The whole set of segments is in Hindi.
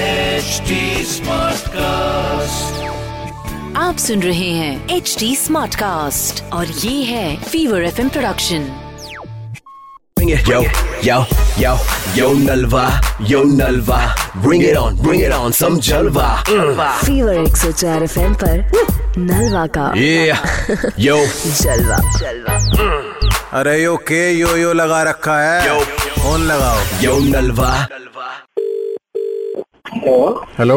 HD Smartcast. आप सुन रहे हैं एच डी स्मार्ट कास्ट और ये है fever F production Bring it. Yo, yo, yo, yo Nalva, yo Nalva. Bring it on, bring it on, some Jalva. Mm. Fever एक सौ चार एफ एम नलवा का Yeah, yo, जलवा जलवा अरे यो के यो यो लगा रखा है Yo. फोन लगाओ yo Nalva. हेलो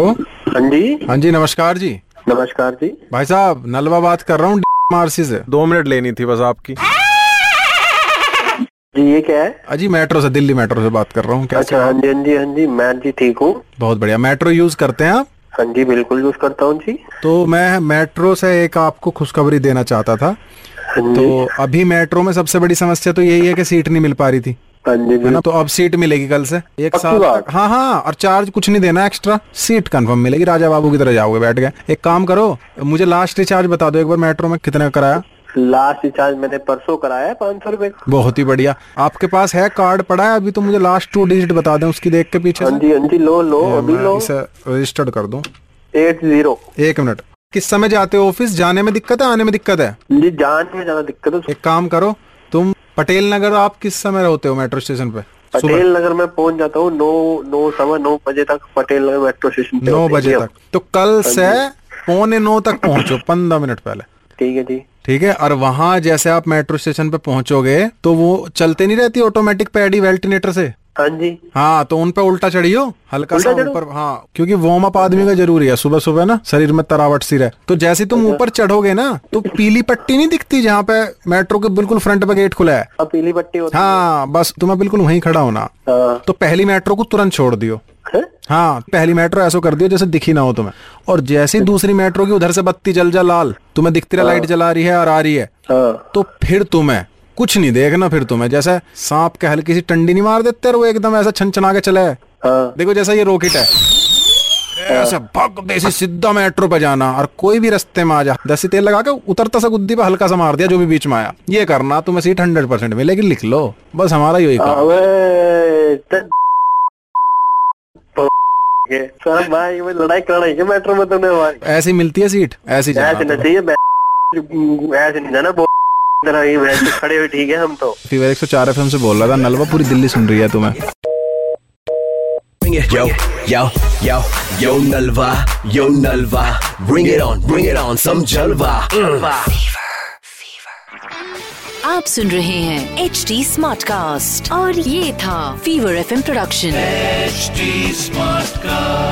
हाँ जी हाँ जी नमस्कार जी नमस्कार जी भाई साहब नलवा बात कर रहा हूँ मारसी से दो मिनट लेनी थी बस आपकी जी ये क्या है अजी हाँ मेट्रो से दिल्ली मेट्रो से बात कर रहा हूँ कैसे अच्छा हाँ जी हाँ जी हाँ जी मैं जी ठीक हूँ बहुत बढ़िया मेट्रो यूज करते हैं आप हाँ जी बिल्कुल यूज करता हूँ जी तो मैं मेट्रो से एक आपको खुशखबरी देना चाहता था हाँ जी तो अभी मेट्रो में सबसे बड़ी समस्या तो यही है कि सीट नहीं मिल पा रही थी हाँ जी है ना बिल्कुल तो अब सीट मिलेगी कल से एक पक्की साल बात? तक हाँ हाँ और चार्ज कुछ नहीं देना एक्स्ट्रा सीट कंफर्म मिलेगी राजा बाबू की तरह जाओगे बैठ गए एक काम करो मुझे लास्ट रिचार्ज बता दो एक बार मेट्रो में कितने का कराया लास्ट रिचार्ज मैंने परसों कराया है पाँच सौ रूपये का बहुत ही बढ़िया आपके पास है कार्ड पड़ा है अभी तो मुझे लास्ट टू डिजिट बता दें उसकी देख के पीछे हाँ से। जी हाँ जी लो लो अभी मैं लो इसे रजिस्टर्ड कर दूं एट जीरो एक मिनट किस समय जाते हो ऑफिस जाने में दिक्कत है आने में दिक्कत है जी जान में ज्यादा दिक्कत है एक काम करो तुम पटेल नगर आप किस समय होते हो मेट्रो स्टेशन पे सुबह पटेल नगर में पहुंच जाता हूँ नौ नौ सवा नौ बजे तक पटेल नगर मेट्रो स्टेशन पे नौ होती है बजे जी हम। तक तो कल हाँ से पौने नौ तक पहुंचो पंद्रह मिनट पहले ठीक है जी ठीक है और वहां जैसे आप मेट्रो स्टेशन पे पहुंचोगे तो वो चलते नहीं रहती ऑटोमेटिक पैडी वेल्टिनेटर से हाँ जी हाँ तो उन पे उल्टा चढ़ियो हल्का सा उल्टा चढ़ूं? ऊपर हाँ क्योंकि वार्म अप आदमी का जरूरी है सुबह सुबह ना शरीर में तरावट सी रहे तो जैसे ही तुम अच्छा। ऊपर चढ़ोगे ना तो पीली पट्टी नहीं दिखती जहाँ पे मेट्रो के बिल्कुल फ्रंट पे गेट खुला है अब पीली पट्टी होती है हाँ बस तुम्हें बिल्कुल वहीं खड़ा होना हाँ। तो पहली मेट्रो को तुरंत छोड़ दियो हैं? हाँ पहली मेट्रो ऐसा कर दियो जैसे दिखी ना हो तुम्हें और जैसे ही दूसरी मेट्रो की उधर से बत्ती जल जा लाल तुम्हें दिखती रहा लाइट जला रही है और आ रही है हाँ तो फिर तुम्हें कुछ नहीं देखना फिर तुम्हें जैसे सांप के हल्की सी टंडी नहीं मार देते और वो एकदम ऐसा छनछना के चले हाँ देखो जैसा ये रॉकेट है ऐसे भग देसी सीधा मेट्रो पे जाना और कोई भी रास्ते में आ जा दसी तेल लगा के उतरता सा गुद्दी पे हल्का सा मार दिया जो भी बीच में आया ये करना तुम्हें सीट हंड्रेड परसेंट मिलेगी लिख लो बस हमारा यही हाँ। काम है। अबे त- के। सर भाई वो लड़ाई करना है क्या मेट्रो में तुमने भाई ऐसी मिलती है सीट ऐसी जाना तो ऐसे नहीं तुम्हें। चाहिए बै- ऐसे नहीं जाना बहुत तरह ये वैसे खड़े हुए ठीक है हम तो फीवर एक सौ चार एफ से बोल रहा था नलवा पूरी दिल्ली सुन रही है तुम्हें Bring it. Yo, yo, yo, yo Nalva, yo Nalva. Bring it on, bring it on, some Jalva. Mm. आप सुन रहे हैं एच डी स्मार्ट कास्ट और ये था fever F production HD Smartcast.